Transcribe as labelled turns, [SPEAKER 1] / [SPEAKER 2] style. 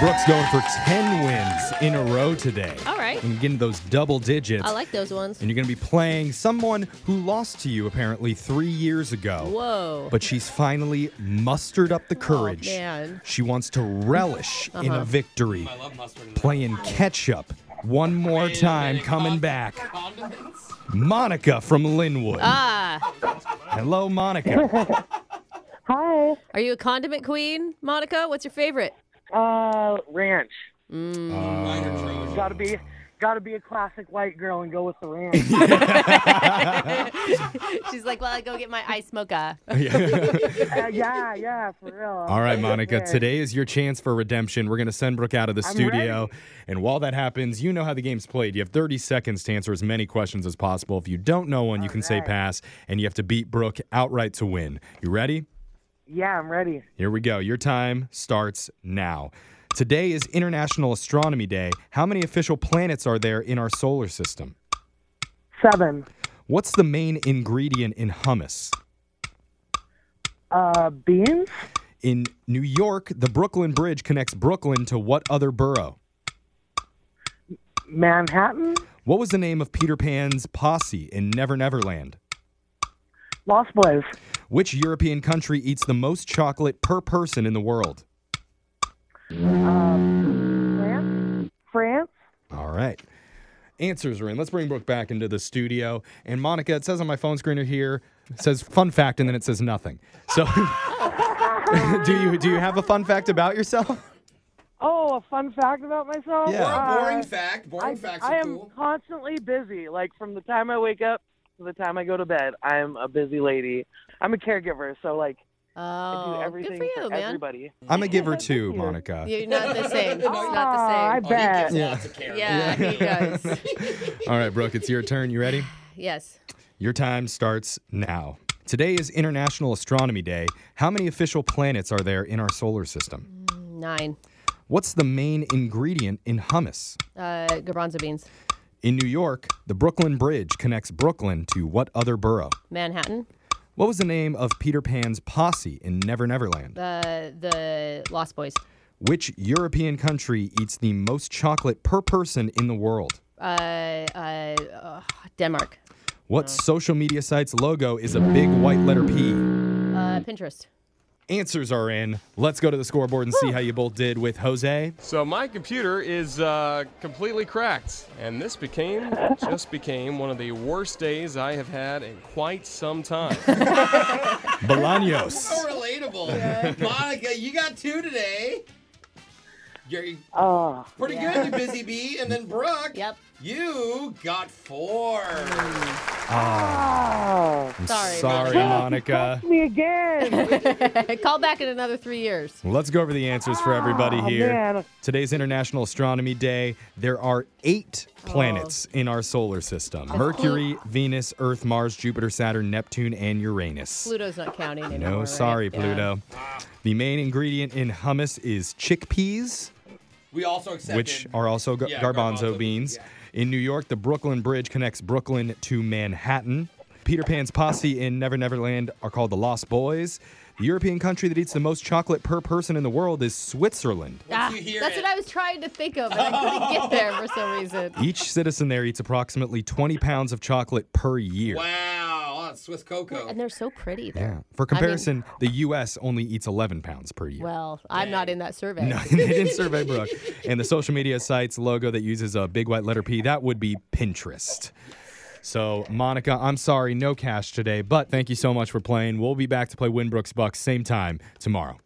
[SPEAKER 1] Brooks going for 10 wins in a row today.
[SPEAKER 2] All right.
[SPEAKER 1] And getting those double digits.
[SPEAKER 2] I like those ones.
[SPEAKER 1] and you're going to be playing someone who lost to you apparently three years ago.
[SPEAKER 2] Whoa. Oh,
[SPEAKER 1] But she's finally mustered up the courage.
[SPEAKER 2] man.
[SPEAKER 1] She wants to relish in a
[SPEAKER 2] Uh-huh.
[SPEAKER 1] victory.
[SPEAKER 3] I love mustard. and
[SPEAKER 1] Playing catch up one more time,
[SPEAKER 3] Condiments.
[SPEAKER 1] coming back.
[SPEAKER 3] Condiments?
[SPEAKER 1] Monica from Linwood.
[SPEAKER 2] ah,
[SPEAKER 1] Hello, Monica.
[SPEAKER 4] Hi.
[SPEAKER 2] are you a condiment queen, Monica? What's your favorite?
[SPEAKER 4] Uh, ranch.
[SPEAKER 3] Mine
[SPEAKER 1] Uh,
[SPEAKER 3] are Trojan.
[SPEAKER 4] Gotta be, gotta be a classic white girl and go with the ranch.
[SPEAKER 2] She's like, well, I go get my ice mocha.
[SPEAKER 4] Uh, yeah, yeah, for real.
[SPEAKER 1] All right, Monica.
[SPEAKER 4] Yeah.
[SPEAKER 1] Today is your chance for redemption. We're going to send Brooke out of the
[SPEAKER 4] I'm
[SPEAKER 1] studio.
[SPEAKER 4] ready.
[SPEAKER 1] And while that happens, you know how the game's played. You have 30 seconds to answer as many questions as possible. If you don't know one, you can say
[SPEAKER 4] right.
[SPEAKER 1] pass, and you have to beat Brooke outright to win. You ready?
[SPEAKER 4] Yeah, I'm ready.
[SPEAKER 1] Here we go. Your time starts now. Today is International Astronomy Day. How many official planets are there in our solar system?
[SPEAKER 4] Seven.
[SPEAKER 1] What's the main ingredient in hummus?
[SPEAKER 4] Uh, beans.
[SPEAKER 1] In New York, the Brooklyn Bridge connects Brooklyn to what other borough?
[SPEAKER 4] Manhattan.
[SPEAKER 1] What was the name of Peter Pan's posse in Never Neverland?
[SPEAKER 4] Lost Boys.
[SPEAKER 1] Which European country eats the most chocolate per person in the world?
[SPEAKER 4] France. France.
[SPEAKER 1] All right. Answers are in. Let's bring Brooke back into the studio. And Monica, it says on my phone screener here, it says fun fact and then it says nothing. So do you do you have a fun fact about yourself?
[SPEAKER 4] Oh, a fun fact about myself.
[SPEAKER 1] Yeah.
[SPEAKER 4] Uh,
[SPEAKER 3] Boring fact. Boring
[SPEAKER 4] I,
[SPEAKER 3] facts
[SPEAKER 4] I
[SPEAKER 3] are
[SPEAKER 4] am
[SPEAKER 3] cool.
[SPEAKER 4] constantly busy. Like from the time I wake up to the time I go to bed, I'm a busy lady. I'm a caregiver, so like I do
[SPEAKER 2] Oh, good
[SPEAKER 4] everything
[SPEAKER 2] for you, man.
[SPEAKER 4] everybody.
[SPEAKER 1] I'm a giver too,
[SPEAKER 4] Thank you.
[SPEAKER 1] Monica.
[SPEAKER 2] You're not the same. It's
[SPEAKER 4] Ah, I
[SPEAKER 2] not the same.
[SPEAKER 4] bet.
[SPEAKER 3] Yeah. Lots of care.
[SPEAKER 2] Yeah, he does.
[SPEAKER 1] All right, Brooke, it's your turn. You ready?
[SPEAKER 2] Yes.
[SPEAKER 1] Your time starts now. Today is International Astronomy Day. How many official planets are there in our solar system?
[SPEAKER 2] Nine.
[SPEAKER 1] What's the main ingredient in hummus?
[SPEAKER 2] Uh, garbanzo beans.
[SPEAKER 1] In New York, the Brooklyn Bridge connects Brooklyn to what other borough?
[SPEAKER 2] Manhattan.
[SPEAKER 1] What was the name of Peter Pan's posse in Never Neverland?
[SPEAKER 2] The Uh, the Lost Boys.
[SPEAKER 1] Which European country eats the most chocolate per person in the world?
[SPEAKER 2] Uh, uh, oh, Denmark.
[SPEAKER 1] What social media site's logo is a big white letter P? Hmm.
[SPEAKER 2] Uh, Pinterest.
[SPEAKER 1] Answers are in. Let's go to the scoreboard and see how you both did with Jose.
[SPEAKER 3] So my computer is uh, completely cracked, and this became just became one of the worst days I have had in quite some time.
[SPEAKER 1] Bolaños.
[SPEAKER 5] relatable. Monica, you got two today. You're
[SPEAKER 4] Oh,
[SPEAKER 5] pretty good, you busy bee. And then Brooke,
[SPEAKER 2] Yep.
[SPEAKER 5] you got four.
[SPEAKER 4] oh.
[SPEAKER 2] Sorry.
[SPEAKER 1] Sorry, Monica.
[SPEAKER 4] me again.
[SPEAKER 2] Call back in another three years.
[SPEAKER 1] Let's go over the answers for everybody
[SPEAKER 4] Aw,
[SPEAKER 1] here.
[SPEAKER 4] Oh, man.
[SPEAKER 1] Today's International Astronomy Day. There are eight planets in our solar system Mercury, Venus, Earth, Mars, Jupiter, Saturn, Neptune, and Uranus.
[SPEAKER 2] Pluto's not counting anymore.
[SPEAKER 1] No,
[SPEAKER 2] right?
[SPEAKER 1] sorry,
[SPEAKER 2] Yeah.
[SPEAKER 1] Pluto. The main ingredient in hummus is chickpeas,
[SPEAKER 5] We also accepted.
[SPEAKER 1] which are also gar-
[SPEAKER 5] Yeah,
[SPEAKER 1] garbanzo,
[SPEAKER 5] garbanzo
[SPEAKER 1] beans.
[SPEAKER 5] beans, yeah.
[SPEAKER 1] In New York, the Brooklyn Bridge connects Brooklyn to Manhattan. Peter Pan's posse in Never Never Land are called the Lost Boys. The European country that eats the most chocolate per person in the world is Switzerland.
[SPEAKER 2] Ah,
[SPEAKER 5] Once you hear
[SPEAKER 2] that's
[SPEAKER 5] it,
[SPEAKER 2] what I was trying to think of, and I couldn't get there for some reason.
[SPEAKER 1] Each citizen there eats approximately 20 pounds of chocolate per year.
[SPEAKER 5] Wow, Oh, that's Swiss cocoa.
[SPEAKER 2] And they're so pretty there.
[SPEAKER 1] Yeah. For comparison, the U.S. only eats 11 pounds per year.
[SPEAKER 2] Well, I'm not in that survey.
[SPEAKER 1] No, they didn't survey Brooke. And the social media site's logo that uses a big white letter P, that would be Pinterest. So, Monica, I'm sorry, no cash today, but thank you so much for playing. We'll be back to play Winbrook's Bucks same time tomorrow.